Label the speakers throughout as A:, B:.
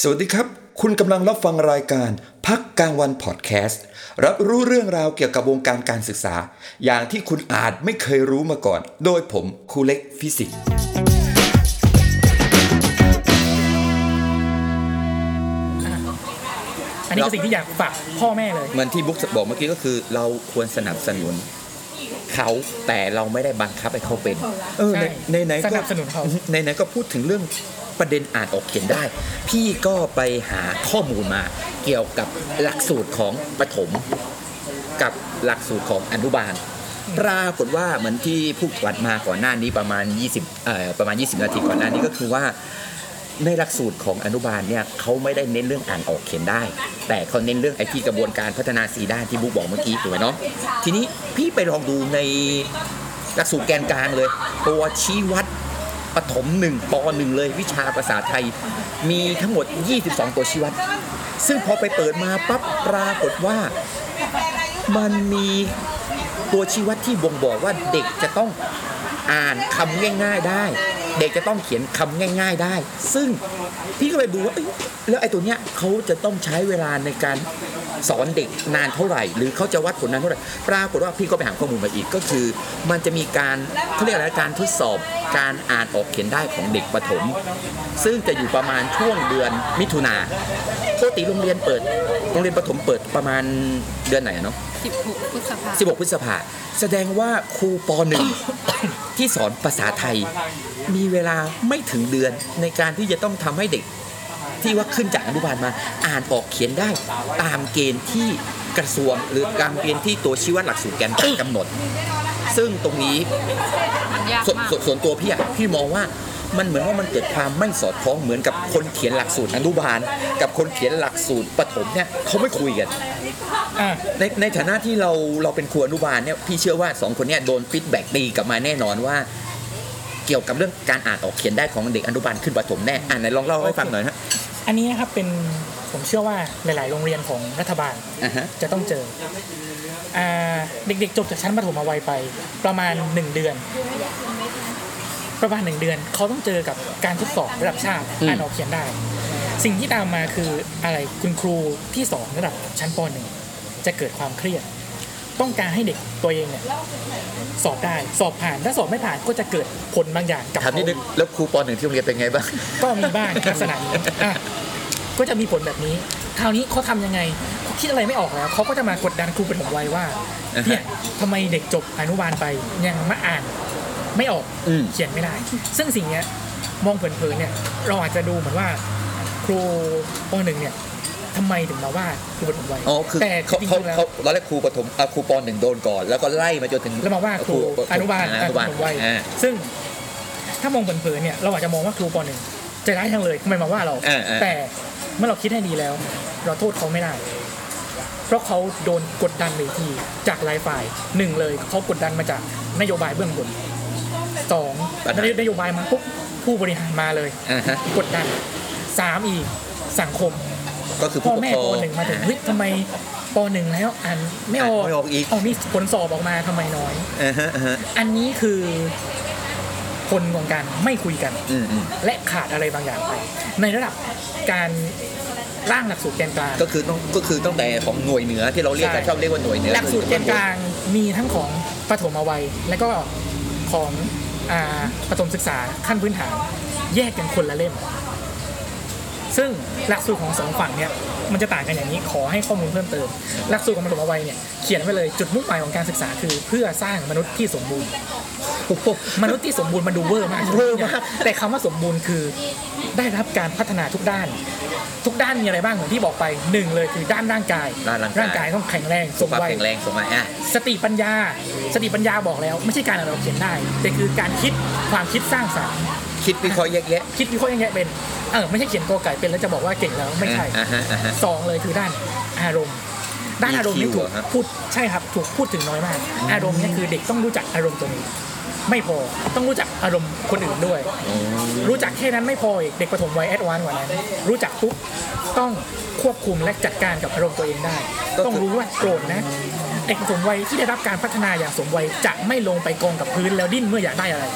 A: สวัสดีครับ คุณกำลังรับฟังรายการ พักกลางวันพอดแคสต์รับรู้เรื่องราวเกี่ยวกับวงการการศึกษา อย่างที่คุณอาจไม่เคยรู้มาก่อน โดยผมครูเล็กฟิสิกส์
B: อันนี้คือสิ่งที่อยากฝากพ่อแม่เลย
C: เหมือนที่บุ๊กบอกเมื่อกี้ก็คือเราควรสนับสนุนเขาแต่เราไม่ได้บังคับให้เขาเป็นเออ
B: ใช่
C: ในไหนๆก็
B: สนับสนุนเขา
C: ในไหนๆก็พูดถึงเรื่องประเด็นอ่านออกเขียนได้ พี่ก็ไปหาข้อมูลมาเกี่ยวกับหลักสูตรของประถม กับหลักสูตรของอนุบาล ปรากฏว่าเหมือนที่ผู้วัดมาก่อนหน้านี้ประมาณ 20เอ่อประมาณ 20 นาทีก่อนหน้านี้ก็คือว่า ในหลักสูตรของอนุบาลเนี่ยเขาไม่ได้เน้นเรื่องอ่านออกเขียนได้ แต่เขาเน้นเรื่องไอที่กระบวนการพัฒนาสีด้านที่บุ๊กบอกเมื่อกี้ถูกไหมเนาะทีนี้พี่ไปลองดูในหลักสูตรแกนกลางเลย ตัวชี้วัดปฐมหนึ่งปหนึ่งเลยวิชาภาษาไทย มีทั้งหมด 22 ตัวชี้วัด ซึ่งพอไปเปิดมาปั๊บปรากฏว่ามันมีตัวชี้วัดที่บ่งบอกว่าเด็กจะต้อง อ่านคำง่าย ๆได้ เด็กจะต้องเขียนคำง่าย ๆได้ ซึ่งพี่ก็ไปดูว่าเอ้ยแล้วไอ้ตัวเนี้ยเขาจะต้องใช้เวลาในการสอนเด็กนานเท่าไหร่ หรือเขาจะวัดผลนานเท่าไหร่ปรากฏว่าพี่ก็ไปหาข้อมูลมาอีกก็คือ มันจะมีการเขาเรียกอะไรการทดสอบการอ่านออกเขียนได้ของเด็กประถม ซึ่งจะอยู่ประมาณช่วงเดือนมิถุนาปกติโรงเรียนเปิด โรงเรียนประถมเปิดประมาณเดือนไหนอะเนาะ
D: 16พฤษภาคม
C: 16 พฤษภาแสดงว่าครูป .1 ที่สอนภาษาไทย มีเวลาไม่ถึงเดือนในการที่จะต้องทำให้เด็ก ที่ว่าขึ้นจากอนุบาลมาอ่านออกเขียนได้ ตามเกณฑ์ที่กระทรวง หรือตามเกณฑ์ที่ตัวชี้วัดหลักสูตรแกนกลางกำหนด ซึ่งตรงนี้
D: มันยาก
C: ส่วน
D: มาก
C: ส่วนส่วนตัวพี่อะพี่มองว่ามันเหมือนว่ามันเกิดความไม่สอดคล้องเหมือนกับคนเขียนหลักสูตรอนุบาล กับคนเขียนหลักสูตรประถมเนี่ยเขาไม่คุยกัน
B: อ่า
C: ในในฐานะที่เราเราเป็นครูอนุบาลเนี่ยพี่เชื่อว่าสองคนเนี่ยโดนฟีดแบ็กดีกลับมาแน่นอนว่า เกี่ยวกับเรื่องการอ่านออกเขียนได้ของเด็กอนุบาลขึ้นประถมแน่อ่านไหนลองเล่าให้ฟังหน่อยฮะ
B: อันนี้นะครับเป็นผมเชื่อว่าหลาย ๆ โรงเรียนของรัฐบาล
C: อ่าฮะ
B: จะต้องเจออ่าเด็ก ๆ จบจากชั้นประถมมาไวยไป ประมาณ 1 เดือน ประมาณ 1 เดือน เขาต้องเจอกับการทดสอบระดับชาติอ่านออกเขียนได้ สิ่งที่ตามมาคืออะไรคุณครูที่สอนระดับชั้นป .1 จะเกิดความเครียด ต้องการให้เด็กตัวเองเนี่ยสอบได้สอบผ่านถ้าสอบไม่ผ่านก็จะเกิดผลบางอย่างกับ
C: ถาม
B: เขา
C: นิดนึงแล้วครูปหนึ่งที่โรงเรียนเป็นไงบ้าง
B: ก็มีบ้าง ลักษณะนี้อ่ะก็จะมีผลแบบนี้ คราวนี้เขาทำยังไงเขาคิดอะไรไม่ออกแล้วเขาก็จะมากดดันครูเป็นผมไว้ว่า
C: อ่าฮะ
B: เนี่ยทำไมเด็กจบอนุบาลไปยังมาอ่านไม่ออก
C: อืม
B: เขียนไม่ได้ ซึ่งสิ่งเนี้ยมองเผินๆเนี่ย เราอาจจะดูเหมือนว่า ครูปหนึ่งเนี่ยทำไมถึงมาว่าครูเป็นผมไว้
C: อ๋อคือ
B: แต่
C: เขา
B: จริง
C: เขา
B: ๆแล้ว
C: เขาตอนแรกครูประถมอ่ะครูปหนึ่งโดนก่อน แล้วก็ไล่มาจนถึง
B: แล้วมาว่าครูอนุบาล
C: อนุบาล
B: อนุบาล
C: อ่า
B: ซึ่งถ้ามองเผินๆเนี่ยเราอาจจะมองว่าครูปหนึ่งใจร้ายทั้งเลยทำไมมาว่าเรา
C: อ่าอ่า
B: แต่เมื่อเราคิดให้ดีแล้ว เราโทษเขาไม่ได้ เพราะเขาโดนกดดันเวทีจากหลายฝ่ายหนึ่งเลยเขากดดันมาจากนโยบายเบื้องบนสองนโยบายมาปุ๊บผู้บริหารมาเลย
C: อ่าฮะ
B: กดดันสามอีกสังคม
C: ก็คือ
B: พ่
C: ผู้ปก
B: อแม่
C: ครอ
B: ป
C: ง
B: หนึ่งมาถึงเฮ้ยทำไมปหนึ่งแล้วอ่านไม่ออก
C: อ่านไม่ออกอีก
B: เอามีผลสอบออกมาทำไมน้อย
C: อ่าฮะอ่าฮะ
B: อันนี้คือผลของการไม่คุยกัน
C: อืมอืม
B: และขาดอะไรบางอย่างไป ในระดับการร่างหลักสูตรแกนกลาง
C: ก็คือต้องก็คือตั้งแต่ของหน่วยเหนือที่เราเรียกกัน
B: ใช่
C: ชอบเรียกว่าหน่วยเหนือ
B: หลักสูตรแกนกลางมีทั้งของปฐมวัย และก็ของอ่าปฐมศึกษาขั้นพื้นฐานแยกกันคนละเล่ม ซึ่งหลักสูตรของสองฝั่งเนี่ยมันจะต่างกันอย่างนี้ขอให้ข้อมูลเพิ่มเติม หลักสูตรของปฐมวัยเนี่ยเขียนไว้เลยจุดมุ่งหมายของการศึกษาคือ เพื่อสร้างมนุษย์ที่สมบูรณ์มนุษย์ที่สมบูรณ์มันดูเวอร์มาก
C: เวอร์มาก
B: แต่คำว่าสมบูรณ์คือได้รับการพัฒนาทุกด้าน ทุกด้านมีอะไรบ้างเหมือนที่บอกไปหนึ่งเลยคือด้านร่างกาย
C: ด้านร่างกาย
B: ต้องแข็งแรงส
C: สุ
B: ม
C: ขภาพ
B: วัย
C: แข็งแรงสมัยอ่ะ
B: สติปัญญา สติปัญญาบอกแล้ว ไม่ใช่การอ่านออกเขียนได้ แต่คือการคิดความคิดสร้างสรรค์
C: คิดวิเคราะห์แยกแยะ
B: คิดวิเคราะห์ยังไงเป็นเออไม่ใช่เขียนกอไก่เป็นแล้วจะบอกว่าเก่งแล้วไม่ใช่
C: อ่าฮะอ่าฮะ
B: สองเลยคือด้านอารมณ์ ด้านอารมณ์นี่ถูก
C: เหรอฮะ
B: พูดใช่ครับถูกพูดถึงน้อยมาก อารมณ์เนี่ยคือเด็กต้องรู้จักอารมณ์ตัวเองไม่พอต้องรู้จักอารมณ์คนอื่นด้วย รู้จักแค่นั้นไม่พออีกเด็กประถมวัยแอดวานซ์กว่านั้นรู้จักปุ๊บต้องควบคุมและจัดการกับอารมณ์ตัวเองได้
C: ก็คือ
B: ต้องรู้ว่าโกรธนะเด็กประถมวัยที่ได้รับการพัฒนาอย่างสมวัยจะไม่ลงไปกองกับพื้นแล้วดิ้นเมื่ออยากได้อะไร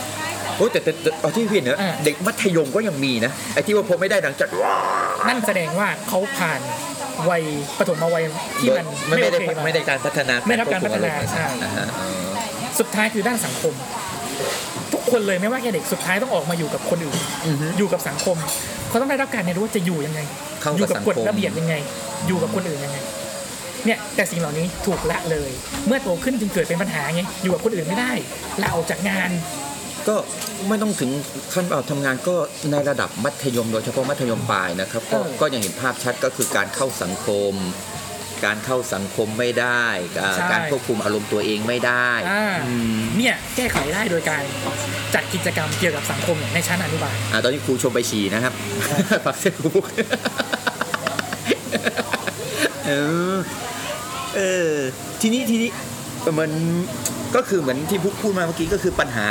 C: โอ้ยแต่แต่แต่เอาที่พี่เห็นเนอะ
B: อ่า
C: เด็กมัธยมก็ยังมีนะไอ้ที่ว่าผมไม่ได้หลังจาก
B: นั่นแสดงว่าเขาผ่านวัยปฐมวัยที่มัน
E: ไม่
B: ไม่โอ
E: ได้
B: เคมา
E: ไม่ได้การพัฒนา
B: ไม่ได้รับการพัฒนาใช่
E: นะฮะเออ
B: สุดท้ายคือด้านสังคม ทุกคนเลยไม่ว่าแค่เด็กสุดท้ายต้องออกมาอยู่กับคนอื่น อยู่กับสังคม เขาต้องได้รับการเรียนรู้ว่าจะอยู่ยังไง
E: เข้า
B: อยู่
E: กั
B: กับ
E: บสัง
B: กฎ
E: คม
B: ระเบียบยังไง อยู่กับคนอื่นยังไง เนี่ยแต่สิ่งเหล่านี้ถูกละเลย เมื่อโตขึ้นจึงเกิดเป็นปัญหาไง อยู่กับคนอื่นไม่ได้ลาออกจากงาน
E: ก็ไม่ต้องถึงขั้นเอาทำงานก็ในระดับมัธยมโดยเฉพาะมัธยมปลายนะครับก็
B: เออ
E: ก็ยังเห็นภาพชัดก็คือการเข้าสังคม การเข้าสังคมไม่ได้อ่า
B: ใช่
E: การควบคุมอารมณ์ตัวเองไม่ได้
B: อ่า
E: อืม
B: เนี่ยแก้ไขได้โดยการจัดกิจกรรมเกี่ยวกับสังคมเนี่ยในชั้นอนุบาล
E: อ่าตอนนี้ครูชมไปฉี่ นะครับฟังเสียงครูบุ๊กเออเออทีนี้ทีนี้มันก็คือเหมือนที่พุกพูดมาเมื่อกี้ก็คือปัญหา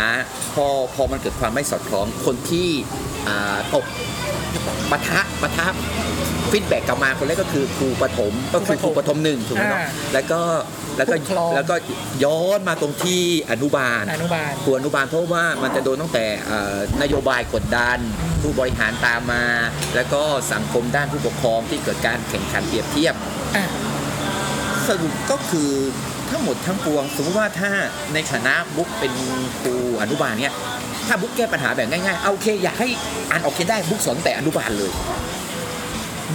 E: พอพอมันเกิดความไม่สอดคล้องคนที่อ่าตก ปะทะปะทะฟีดแบ็กกลับมาคนแรกก็คือครูปฐมก็คือครูปฐมหนึ่งถูกไหมครับ
B: อ่า
E: แล้วก็แล้วก็
B: ผู้ปกครอง
E: แล้วก็ย้อนมาตรงที่อนุบาล
B: อนุบาล
E: ครูอนุบาลเพราะว่ามันจะโดนตั้งแต่เอ่อนโยบายกดดัน ผู้บริหารตามมา แล้วก็สังคมด้านผู้ปกครองที่เกิดการแข่งขันเปรียบเทียบ
B: อ่า
E: สรุปก็คือทั้งหมดทั้งปวง สมมติว่าถ้าในฐานะบุ๊กเป็นครูอนุบาลเนี่ยถ้าบุ๊กแก้ปัญหาแบบง่ายๆเอาโอเค อยากให้อ่านออกเขียนได้บุ๊กสอนแต่อนุบาลเลย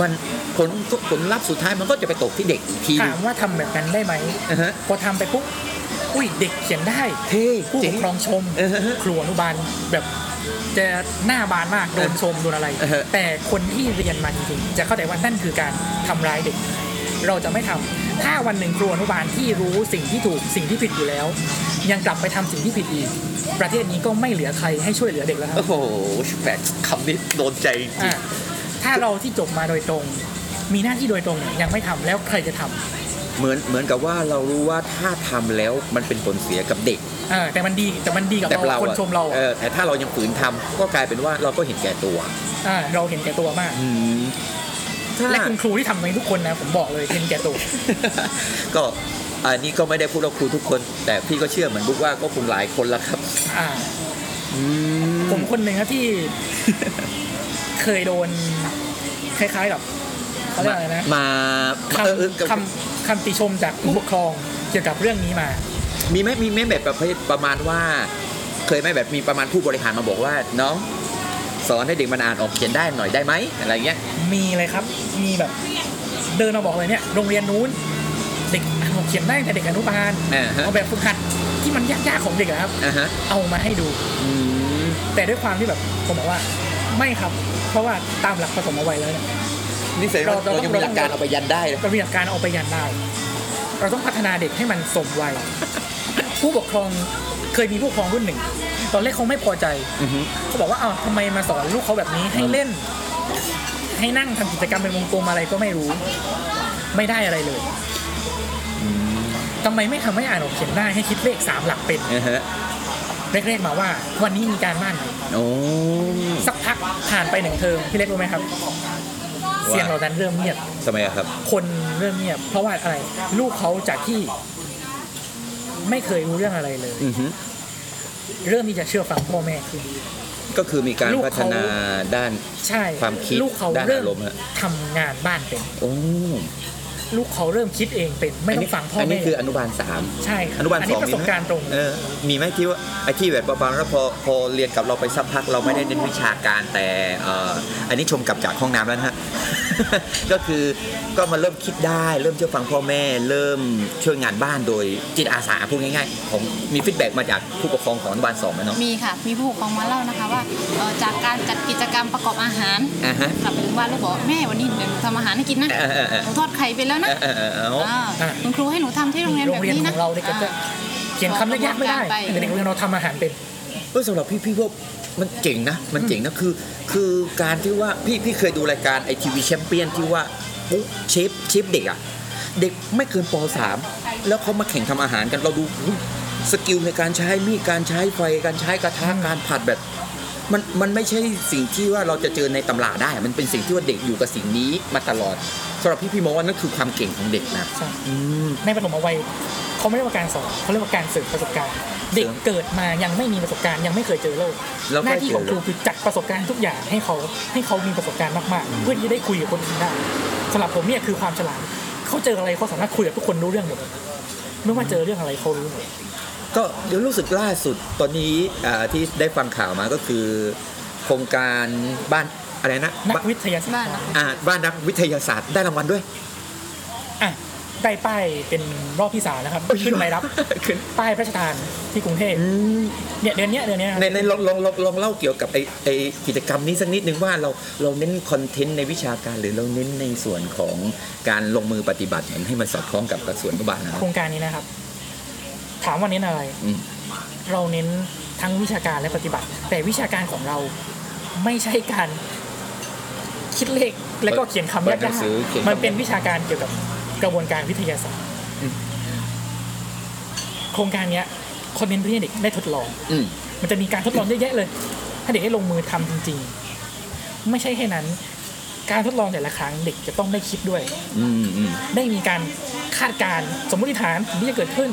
E: มันผลผลลัพธ์สุดท้ายมันก็จะไปตกที่เด็กอีกทีห
B: ถา
E: นึ
B: ม
E: ง
B: ว่าทำแบบนั้นได้ไหม
E: นะฮะ
B: พอทำไปปุ๊บ อุ้ยเด็กเขียนได้
E: เท่
B: ผู้ป
E: เจ๋ง
B: กครองชม
E: เออ
B: ครูอนุบาลแบบจะหน้าบานมากโดนชมโดนอะไร
E: เออ
B: แต่คนที่เรียนมาจริงๆจะเข้าใจว่านั่นคือการทำร้ายเด็ก เราจะไม่ทำถ้าวันหนึ่งครูอนุบาลที่รู้สิ่งที่ถูกสิ่งที่ผิดอยู่แล้ว ยังกลับไปทำสิ่งที่ผิดอีก ประเทศนี้ก็ไม่เหลือใครให้ช่วยเหลือเด็กแล้วครับ
E: โอ้โหแปลกคำนี้โดนใจจริ
B: อ่ะ
E: ง
B: ถ้าเราที่จบมาโดยตรง มีหน้าที่โดยตรงเนี่ยยังไม่ทำแล้วใครจะทำ
E: เหมือนเหมือนกับว่าเรารู้ว่าถ้าทำแล้วมันเป็นผลเสียกับเด็ก
B: เออแต่มันดีแต่มันดีกับ
E: แต่เรา
B: เราคนชมเรา
E: เออแต่ถ้าเรายังฝืนทำก็กลายเป็นว่าเราก็เห็นแก่ตัว
B: อ่ะเราเห็นแก่ตัวมาก
E: อืมถ้า
B: และคุณครูที่ทำในทุกคนนะผมบอกเลยเห็นแก่ตัว
E: ก็อันนี้ก็ไม่ได้พูดว่าครูทุกคน แต่พี่ก็เชื่อเหมือนบุ๊กว่าก็คงหลายคนละครับ
B: อ่า ผมคนหนึ่งนะที่ เคยโดน คล้ายๆกับเขาเรียกอะไรนะ
E: มา
B: ค
E: เออเออ
B: ำคำคำติชมจากผู้ปกครองเกี่ยวกับเรื่องนี้มา
E: มีไหมมีไหมแบบประเภทประมาณว่า เคยไหมแบบมีประมาณผู้บริหารมาบอกว่าน้องสอนให้เด็กมันอ่านออกเขียนได้หน่อยได้ไหมอะไรเงี้ย
B: มีเลยครับ มีแบบ เดินมาบอกเลยเนี่ย โรงเรียนนู้น เด็กอ่านออกเขียนได้แต่เด็กอนุบาล
E: อ่าฮะ
B: เอาแบบฝึกหัดที่มันยากๆของเด็กอะครับ
E: อ่าฮะ
B: เอามาให้ดู
E: อืม
B: แต่ด้วยความที่แบบผมบอกว่า ไม่ครับ เพราะว่าตามหลักผสมเอาไว้แล้วเนี่ย
E: นี่แสดงว่า
B: เรา
E: เรา
B: เรายัง
E: ยังมีหลักการเอาไปยันได้เลย
B: เรามีหลักการเอาไปยันได้ เราต้องพัฒนาเด็กให้มันสมวัย ผู้ปกครองเคยมีผู้ปกครองรุ่นหนึ่ง ตอนแรกเขาไม่พอใจ
E: อือฮึ
B: เขาบอกว่าอ้าวทำไมมาสอนลูกเขาแบบนี้ให้เล่น ให้นั่งทำกิจกรรมเป็นวงกลมอะไรก็ไม่รู้ ไม่ได้อะไรเลยทำไมไม่ทำให้อ่านออกเขียนได้ให้คิดเลขสามหลักเป็น
E: อ่าฮะ
B: แรกๆมาว่า วันนี้มีการบ้านไหม
E: โอ้
B: สักพักผ่านไปหนึ่งเทอมพี่เล็กรู้ไหมครับ เสียงเหล่านั้นเริ่มเงียบ
E: ทำไมอะครับ
B: คนเรื่องเงียบเพราะว่าอะไร ลูกเขาจากที่ไม่เคยรู้เรื่องอะไรเลย
E: อือฮึ
B: เริ่มที่จะเชื่อฟังพ่อแม่ขึ้น
E: ก็คือมีการ
B: ลูก
E: พัฒ
B: เขา
E: นาด้าน
B: ใช่
E: ความคิด
B: ลูกเขา
E: ด้าน
B: เริ่ม
E: อารมณ์ฮะ
B: ทำงานบ้านเป็น
E: โอ้
B: ลูกเขาเริ่มคิดเองเป็น ไม่ต้อน
E: นี้
B: งฟังพ่อ
E: อัน
B: แม่
E: นี้คืออนุบาลสาม
B: ใช่ครับ
E: อนุบาล
B: อัน
E: ส
B: นี้
E: อง
B: ประสบการณ์ตรง
E: เออมีไหมที่ว่าไอ้ที่แบบประมาณแล้วาพอพอเรียนกับเราไปสักพักเราไม่ได้เน้นวิชาการแต่เอ่ออันนี้ชมกลับจากห้องน้ำแล้วนะฮะ ก็คือก็มาเริ่มคิดได้เริ่มเชื่อฟังพ่อแม่ เริ่มช่วยงานบ้านโดยจิตอาสาพูดง่ายๆของมีฟีดแบ็กมาจากผู้ปกครองของอนุบาลสองไหมเนาะ
D: มีค่ะ มีผู้ปกครองมาเล่านะคะว่าเอ่อจากการจัดกิจกรรมประกอบอาหาร
E: อ่าฮะ
D: กลับไปถึงบ้านลูกบอกแม่วันนี้เดี๋ยวหนูทำอาหารให้กินนะ
E: เออเออเออ
D: หนูทอดไข่ไปแล้วนะ
E: เออเออเออ
D: อ่า
B: อ่ะ
D: คุณครูให้หนูทำที่โรงเรียน
B: โรง
D: แบบ
B: เรียน
D: นี้
B: ข
D: นะ
B: องเราเด็กก็จะ
D: อ่า
B: เขียนคำยากๆไม่ได้
D: ไป
B: แต่เด็กโรงเรียนเราทำอาหารเป็น
E: เออสำหรับพี่พี่ว่ามันเจ๋งนะมันเจ๋งนะคือ คือการที่ว่าพี่พี่เคยดูรายการไอทีวีแชมเปี้ยนที่ว่าปุ๊บเชฟเชฟเด็กอะเด็กไม่เกินปสามแล้วเขามาแข่งทำอาหารกันเราดูอุ๊ยสกิลในการใช้มีดการใช้ไฟการใช้กระทะการผัดแบบ มันมันไม่ใช่สิ่งที่ว่าเราจะเจอในตำราได้ มันเป็นสิ่งที่ว่าเด็กอยู่กับสิ่งนี้มาตลอดสำหรับพี่พี่มองว่านั่นคือความเก่งของเด็กนะ
B: ใช่
E: อืม
B: ในปฐมวัยเขาไม่เรียกว่าการสอนเขาเรียกว่าการสืบประสบการณ์ เด็กเกิดมายังไม่มีประสบการณ์ยังไม่เคยเจอโลก
E: แล้ว
B: ห
E: ค่อย
B: น้าที่ของ
E: เจอ
B: ค
E: โล
B: รู
E: ก
B: คือจัดประสบการณ์ทุกอย่างให้เขาให้เขามีประสบการณ์มากๆ เพื่อที่จะได้คุยกับคนอื่นได้สำหรับผมเนี่ยคือความฉลาดเขาเจออะไรเขาสามารถคุยกับทุกคนรู้เรื่องหมดไม่ว่าเจอเรื่องอะไรเขารู้หมด
E: ก็เดี๋ยวรู้สึกล่าสุดตอนนี้อ่าที่ได้ฟังข่าวมาก็คือ โครงการบ้านอะไรนะ
B: นัก
E: บ้าน
B: วิทยาศาสตร์
D: บ้านเรา
E: อ่าบ้านนักวิทยาศาสตร์ได้รางวัลด้วย
B: อ่ะได้ป้ายเป็นรอบที่สามนะครับขึ้นไปรับ
E: ขึ้น
B: ป้ายพระราชทานที่กรุงเทพเนี่ยเดือนเนี้ยเดือนเนี้ย
E: ในในลองลองลองลองเล่าเกี่ยวกับไอไอกิจกรรมนี้สักนิดนึงว่าเราเราเน้นคอนเทนต์ในวิชาการหรือเราเน้นในส่วนของการลงมือปฏิบัติเหมือนให้มันสอดคล้องกับกระทรวงอนุบาลนะครั
B: โค
E: บ
B: รงการนี้นะครับ ถามว่าเน้นอะไร
E: อืม
B: เราเน้นทั้งวิชาการและปฏิบัติ แต่วิชาการของเราไม่ใช่การคิดเลขแล้วก็เขียนคำ
E: เปิ
B: ยา
E: ดหนัง
B: ก
E: สือเขียน
B: ๆ
E: คำ
B: มันเป็นวิชาการเกี่ยวกับกระบวนการวิทยาศาสตร์โครงการเนี้ยคนเน้นเพื่อให้เด็กได้ทดลอง
E: อืม
B: มันจะมีการทดลองเยอะแยะเลย ให้เด็กได้ลงมือทำจริงๆ ไม่ใช่แค่นั้น การทดลองแต่ละครั้งเด็กจะต้องได้คิดด้วย
E: อืมอืม
B: ได้มีการคาดการณ์สมมติฐานสิ่งที่จะเกิดขึ้น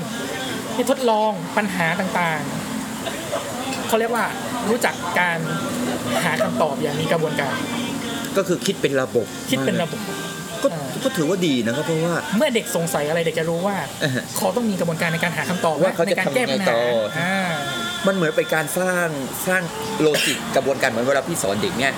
B: ได้ทดลองปัญหาต่างๆ เขาเรียกว่ารู้จักการหาคำตอบอย่างมีกระบวนการ
E: ก็คือคิดเป็นระบบ
B: คิดเป็นระบบ
E: ก็
B: อ่า
E: ก็ถือว่าดีนะครับเพราะว่า
B: เมื่อเด็กสงสัยอะไรเด็กจะรู้ว่า
E: อ่าฮะ
B: เขาต้องมีกระบวนการในการหาคำตอบ
E: ว่าเขา
B: ใน
E: จะ
B: การ
E: ทำยังไง
B: แก้ปัญหา
E: ต่อ
B: อ่า
E: มันเหมือนเป็นการสร้างสร้างโลจิกกระบวนการเหมือนเวลาพี่สอนเด็กเนี่ย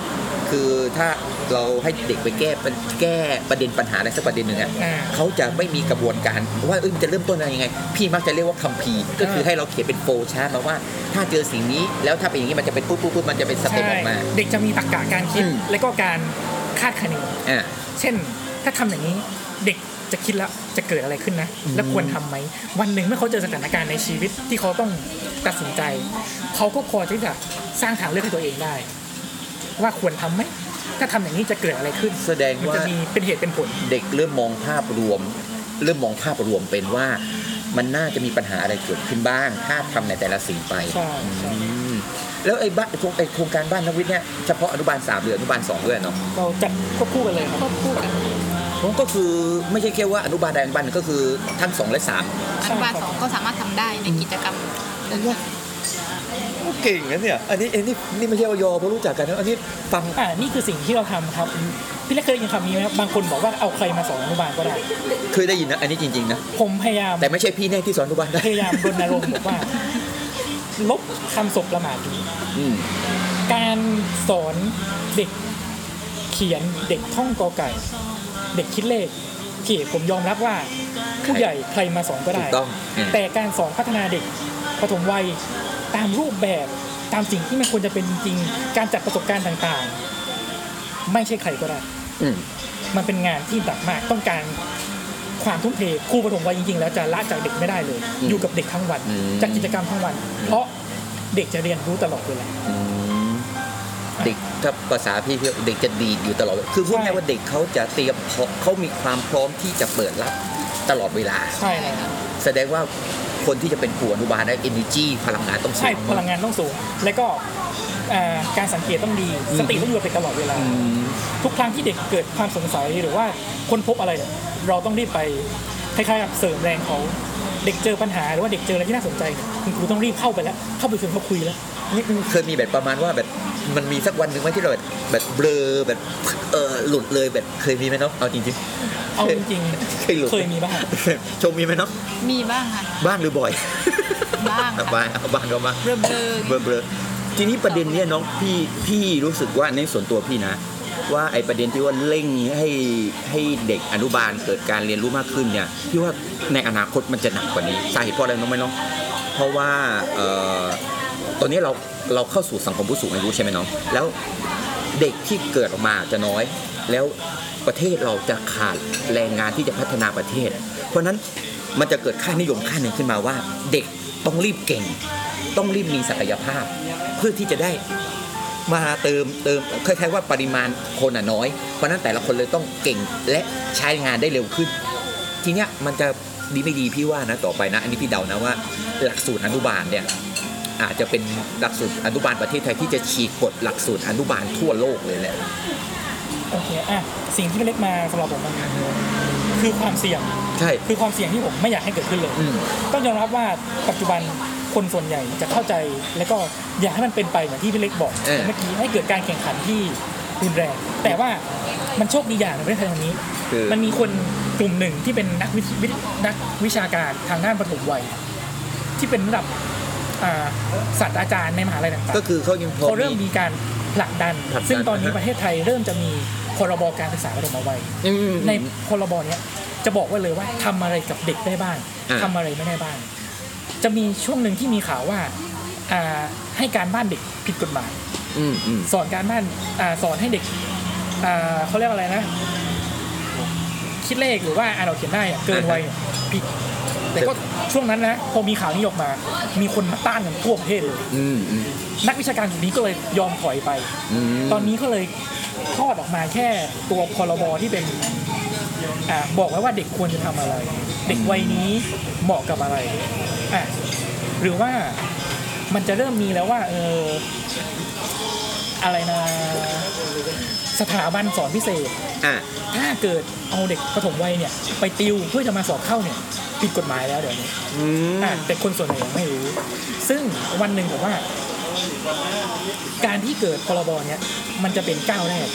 E: คือถ้าเราให้เด็กไปแก้ปัญแก้ประเด็นปัญหาอะไรสักประเด็นหนึ่งอะ
B: อ่า
E: เขาจะไม่มีกระบวนการว่าเอ้ยมันจะเริ่มต้นอะไรยังไง พี่มักจะเรียกว่าคัมภีร์ก็คือให้เราเขียนเป็นโฟลว์ชาร์ตมาว่า ถ้าเจอสิ่งนี้แล้วถ้าเป็นอย่างนี้มันจะเป็นปุ๊บปุ๊บปุ๊บมันจะเป็นสเต็ปออกมา
B: ใช่เด็กจะมีตรรกะการคิด
E: อืม
B: และก็การคาดคะเน
E: อ่า
B: เช่น ถ้าทำอย่างนี้เด็กจะคิดแล้วจะเกิดอะไรขึ้นนะ แล้วควรทำไหม วันหนึ่งเมื่อเขาเจอสถานการณ์ในชีวิตที่เขาต้องตัดสินใจ เขาก็พอที่จะสร้างทางเลือกให้ตัวเองได้ ว่าควรทำไหม ถ้าทำอย่างนี้จะเกิดอะไรขึ้น
E: แสดง
B: มัน
E: ว่า
B: จะมีเป็นเหตุเป็นผล
E: เด็กเริ่มมองภาพรวม เริ่มมองภาพรวมเป็นว่า มันน่าจะมีปัญหาอะไรเกิดขึ้นบ้าง ถ้าทำในแต่ละสิ่งไป
B: ใช่ใช่
E: อืมแล้วไอ้บ้านไอ้โครงไอ้โครงการบ้านนักวิทย์เนี่ยเฉพาะอนุบาลสามหรืออนุบาลสองด้วยเนาะ
B: เราจัดควบคู่กันเลยครับ
D: ควบคู่กัน
E: ผมก็คือไม่ใช่แค่ว่าอนุบาลใดอนุบาลหนึ่งก็คือทั้งสองและสาม
D: อนุบาลสองก็สามารถทำได้ในกิจกรรมเดินกัน
E: เก่งนะเนี่ยอันนี้อันนี้นี่ไม่ใช่ว่ายอเพราะรู้จักกันนะอันนี้ฟัง
B: อ่านี่คือสิ่งที่เราทำครับพี่เล็กเคยได้ยินคำนี้ไหมครับบางคนบอกว่าเอาใครมาสอนอนุบาลก็ได้
E: เคยได้ยินนะอันนี้จริงๆนะ
B: ผมพยายาม
E: แต่ไม่ใช่พี่แน่ที่สอนอนุบาลได้
B: พยายามรณรงค์บอกว่า ลบคำศพประมาทดี
E: อืม
B: การสอนเด็กเขียนเด็กท่องกอไก่ เด็กคิดเลขโอเคผมยอมรับว่า ผู้ใหญ่ใครมาสอนก็
E: ถู
B: ได้
E: กต้องเนี่ย
B: แต่การสอนพัฒนาเด็กปฐมวัยตามรูปแบบตามสิ่งที่มันควรจะเป็นจริงๆการจัดประสบการณ์ต่างๆ ไม่ใช่ใครก็ได้
E: อืม
B: มันเป็นงานที่หนักมากต้องการความทุ่มเทครูปฐมวัยจริงๆ แล้วจะละจากเด็กไม่ได้เลย อยู่กับเด็กทั้งวันจัดกิจกรรมทั้งวัน เพราะเด็กจะเรียนรู้ตลอดเวลา
E: อืมเด็กถ้าภาษาพี่คือเด็กจะดีดอยู่ตลอด คือพูดง่ายๆว่าเด็กเขาจะเตรียมพร้อมเขามีความพร้อมที่จะเปิดรับตลอดเวลา
B: ใช่เลยครับ
E: แสดงว่าคนที่จะเป็นครูอนุบาลได้ energy พลังงานต้องสู
B: ใช่
E: ง
B: พลังงานต้องสูง และก็เอ่อการสังเกตต้องดี สติต้องอยู่กับเด็กตลอดเวลา
E: อืม
B: ทุกครั้งที่เด็กเกิดความสงสัยหรือว่าคนพบอะไรเนี่ยเราต้องรีบไปคล้ายๆกับเสริมแรงเขาเด็กเจอปัญหาหรือว่าเด็กเจออะไรที่น่าสนใจเนี่ยคุณครูต้องรีบเข้าไปแล้วเข้าไปชวนเขาคุยแล้ว
E: นี่เคยมีแบบประมาณว่าแบบมันมีสักวันหนึ่งไหมที่เราแบบแบบเบลอแบบเออหลุดเลยแบบเคยมีไหมเนาะเอาจริง
B: เอาจริงๆ
E: เคยหลุด
B: เคยมีบ้าง
E: ๆ ชมมีไหมเนาะ
D: มีบ้างค่ะ
E: บ้างหรือบ่อย
D: บ้างค่ะ
E: บ้างเอาบ้างก็บ้าง
D: เบลอเบลอ
E: เบลอๆทีนี้ประเด็นเนี้ยน้องพี่พี่รู้สึกว่าในส่วนตัวพี่นะ ว่าไอประเด็นที่ว่าเร่งให้ให้เด็กอนุบาลเกิดการเรียนรู้มากขึ้นเนี่ยพี่ว่าในอนาคตมันจะหนักกว่านี้สาเหตุเพราะอะไรน้องไหมน้อง เพราะว่าเอ่อตอนนี้เราเราเข้าสู่สังคมผู้สูงอายุใช่ไหมน้อง แล้วเด็กที่เกิดออกมาจะน้อย แล้วประเทศเราจะขาดแรงงานที่จะพัฒนาประเทศ เพราะฉะนั้นมันจะเกิดค่านิยมค่าหนึ่งขึ้นมาว่า เด็กต้องรีบเก่ง ต้องรีบมีศักยภาพ เพื่อที่จะได้มาเติมเติมคล้ายๆว่าปริมาณคนอ่ะน้อย เพราะฉะนั้นแต่ละคนเลยต้องเก่งและใช้งานได้เร็วขึ้น ทีเนี้ยมันจะดีไม่ดีพี่ว่านะต่อไปนะ อันนี้พี่เดานะว่า หลักสูตรอนุบาลเนี่ยอาจจะเป็นหลักสูตรอนุบาลประเทศไทยที่จะฉีกกฎหลักสูตรอนุบาลทั่วโลกเลยแหละ
B: โอเคอ่ะสิ่งที่เล็กมาสำหรับผมมันคือความเสี่ยง
E: ใช่
B: คือความเสี่ยงที่ผมไม่อยากให้เกิดขึ้นเลย
E: อืม
B: ต้องยอมรับว่าปัจจุบัน คนส่วนใหญ่จะเข้าใจแล้วก็อยากให้มันเป็นไปอย่างที่พี่เล็กบอก
E: เออ
B: เมื่อกี้ให้เกิดการแข่งขันที่รุนแรง แต่ว่ามันโชคดีอย่างในประเทศไทยตรงนี้
E: คือ
B: มันมีคนกลุ่มหนึ่งที่เป็นนักวิทวิทนักวิชาการทางด้านปฐมวัย ที่เป็นระดับอ่าศาสตราจารย์ในมหาลัยต่าง
E: ก็คือเขายังพอ
B: ๆเขาเริ่ม
E: มี
B: มีการผลักดัน
E: ผลักดัน
B: ซึ่งตอนนี้
E: นะฮะ
B: ประเทศไทยเริ่มจะมีพรบการศึกษาปฐมวัย
E: อืม
B: ในพรบเนี้ยจะบอกไว้เลยว่าทำอะไรกับเด็กได้บ้าง
E: อ่า
B: ทำอะไรไม่ได้บ้าง จะมีช่วงหนึ่งที่มีข่าวว่าอ่าให้การบ้านเด็กผิดกฎหมาย
E: อืมอืม
B: สอนการบ้านอาสอนให้เด็กอ่าเขาเรียกอะไรนะ คิดเลขหรือว่าอ่านออกเขียนได้อะเกินวัยเนี่ยผิดแต่ก็ช่วงนั้นนะพอมีข่าวนี้ออกมา มีคนมาต้านกันทั่วประเทศเลย
E: อืมอืม
B: นักวิชาการกลุ่มนี้ก็เลยยอมถอยไป
E: อืม
B: ตอนนี้ก็เลยคลอดออกมาแค่ตัวพรบที่เป็นอ่าบอกไว้ว่าเด็กควรจะทำอะไร เด็กวัยนี้เหมาะกับอะไรอ่ะหรือว่ามันจะเริ่มมีแล้วว่าเอออะไรนะ สถาบันสอนพิเศษ
E: อ่ะ
B: ถ้าเกิดเอาเด็กประถมวัยเนี่ย ไปติวเพื่อจะมาสอบเข้าเนี่ยผิดกฎหมายแล้วเดี๋ยวนี้
E: อืม
B: อ่ะแต่คนส่วนใหญ่ยังไม่รู้ ซึ่งวันหนึ่งผมว่า การที่เกิดพรบเนี้ย มันจะเป็นก้าวแรก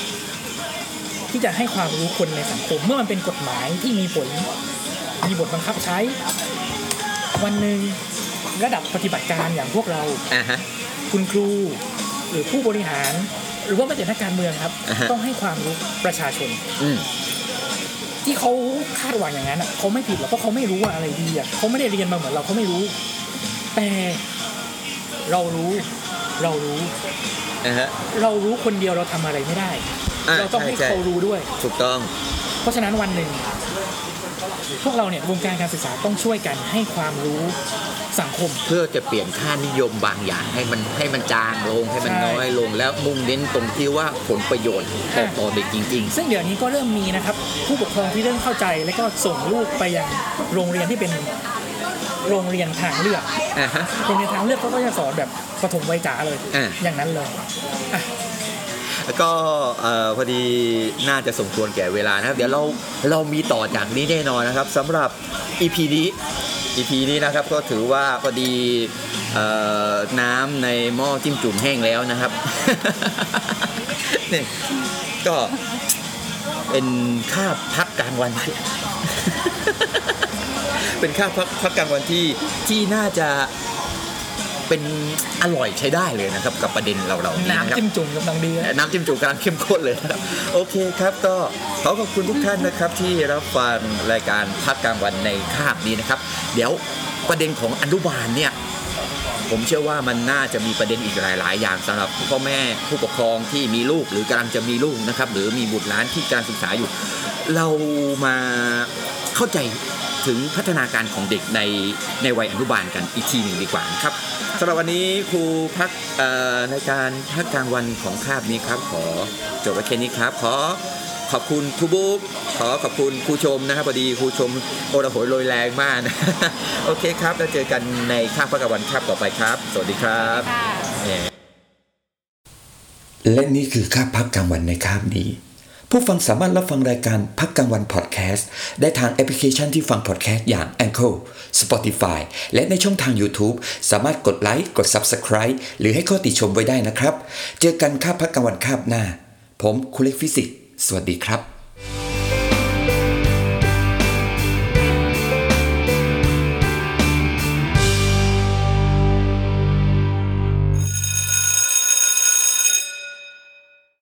B: ที่จะให้ความรู้คนในสังคม เมื่อมันเป็นกฎหมายที่มีผล มีบทบังคับใช้ วันหนึ่งระดับปฏิบัติการอย่างพวกเรา
E: อ่ะฮะ
B: คุณครู หรือผู้บริหาร หรือว่าแม้แต่นักการเมืองครับ
E: อ่าฮะ
B: ต้องให้ความรู้ประชาชน
E: อืม
B: ที่เขาคาดหวังอย่างนั้นอ่ะเขาไม่ผิดหรอกเพราะเขาไม่รู้ว่าอะไรดีอ่ะเขาไม่ได้เรียนมาเหมือนเราเขาไม่รู้ แต่เรารู้ เรารู้
E: อ่ะฮะ
B: เรารู้คนเดียวเราทำอะไรไม่ได้
E: อ่า
B: เราต้องให้
E: ใช่ใช่
B: เขารู้ด้วย
E: ถูกต้อง
B: เพราะฉะนั้นวันหนึ่ง พวกเราเนี่ยวงการการศึกษาต้องช่วยกันให้ความรู้สังคม
E: เพื่อจะเปลี่ยนค่านิยมบางอย่างให้มันให้มันจางลงให้มัน
B: ใช่
E: น้อยลงแล้วมุ่งเน้นตรงที่ว่าผลประโยชน์ต่อต่อเด็กจริง
B: ซึ่งเดี๋ยวนี้ก็เริ่มมีนะครับ ผู้ปกครองที่เริ่มเข้าใจ และก็ส่งลูกไปยังโรงเรียนที่เป็นโรงเรียนทางเลือก
E: ๆอ่ะฮะ
B: โรงเรียนทางเลือกเขาก็จะสอนแบบปฐมวัยจ๋าเลย
E: อ่า
B: อย่างนั้นเลย
E: ก็เอ่อพอดีน่าจะสมควรแก่เวลานะครับ เดี๋ยวเราเรามีต่อจากนี้แน่นอนนะครับสำหรับ EP นี้ EP นี้นะครับก็ถือว่าพอดีเอ่อน้ำในหม้อจิ้มจุ่มแห้งแล้วนะครับ นี่ก็เป็นค่าพักกลางวัน เป็นค่าพักพักกลางวันที่ที่น่าจะเป็นอร่อยใช้ได้เลยนะครับ กับประเด็นเราเรานี้นะครั
B: น้ำ
E: บ
B: จิ้มจุ่มกำลังดีนะ
E: น้ำจิ้มจุ่มกำลังเข้มข้นเลย นะครับ โอเคครับก็ขอขอบคุณทุกท่านนะครับที่รับฟังรายการพักกลางวันในคาบนี้นะครับ เดี๋ยวประเด็นของอนุบาลเนี่ย ผมเชื่อว่ามันน่าจะมีประเด็นอีกหลาย ๆ อย่างสำหรับพ่อแม่ผู้ปกครองที่มีลูกหรือกำลังจะมีลูกนะครับ หรือมีบุตรหลานที่กำลังศึกษาอยู่ เรามาเข้าใจถึงพัฒนาการของเด็กในในวัยอนุบาลกันอีกทีหนึ่งดีกว่านะครับสำหรับวันนี้ครูพักเอ่อในการพักกลางวันของคาบนี้ครับ ขอจบไว้แค่นี้ครับ ขอขอบคุณครูบุ๊กขอขอบคุณครูชมนะครับพอดีครูชมโอระโหยโรยแรงมากนะ โอเคครับแล้วเจอกันในคาบพักกลางวันคาบต่อไปครับ สวัสดีครับ
D: ค่ะ
E: เอ่อ
C: และนี่คือค่าพักกลางวันในคาบนี้ ผู้ฟังสามารถรับฟังรายการพักกลางวันพอดแคสต์ได้ทางแอปพลิเคชันที่ฟังพอดแคสต์อย่าง a n c h o r Spotify และในช่องทาง YouTube สามารถกดไลค์กด Subscribe หรือให้ข้อติชมไว้ได้นะครับ เจอกันค่าพักกลางวันคาบหน้า ผมคุณเล็กฟิสิกส์สวัสดีครับ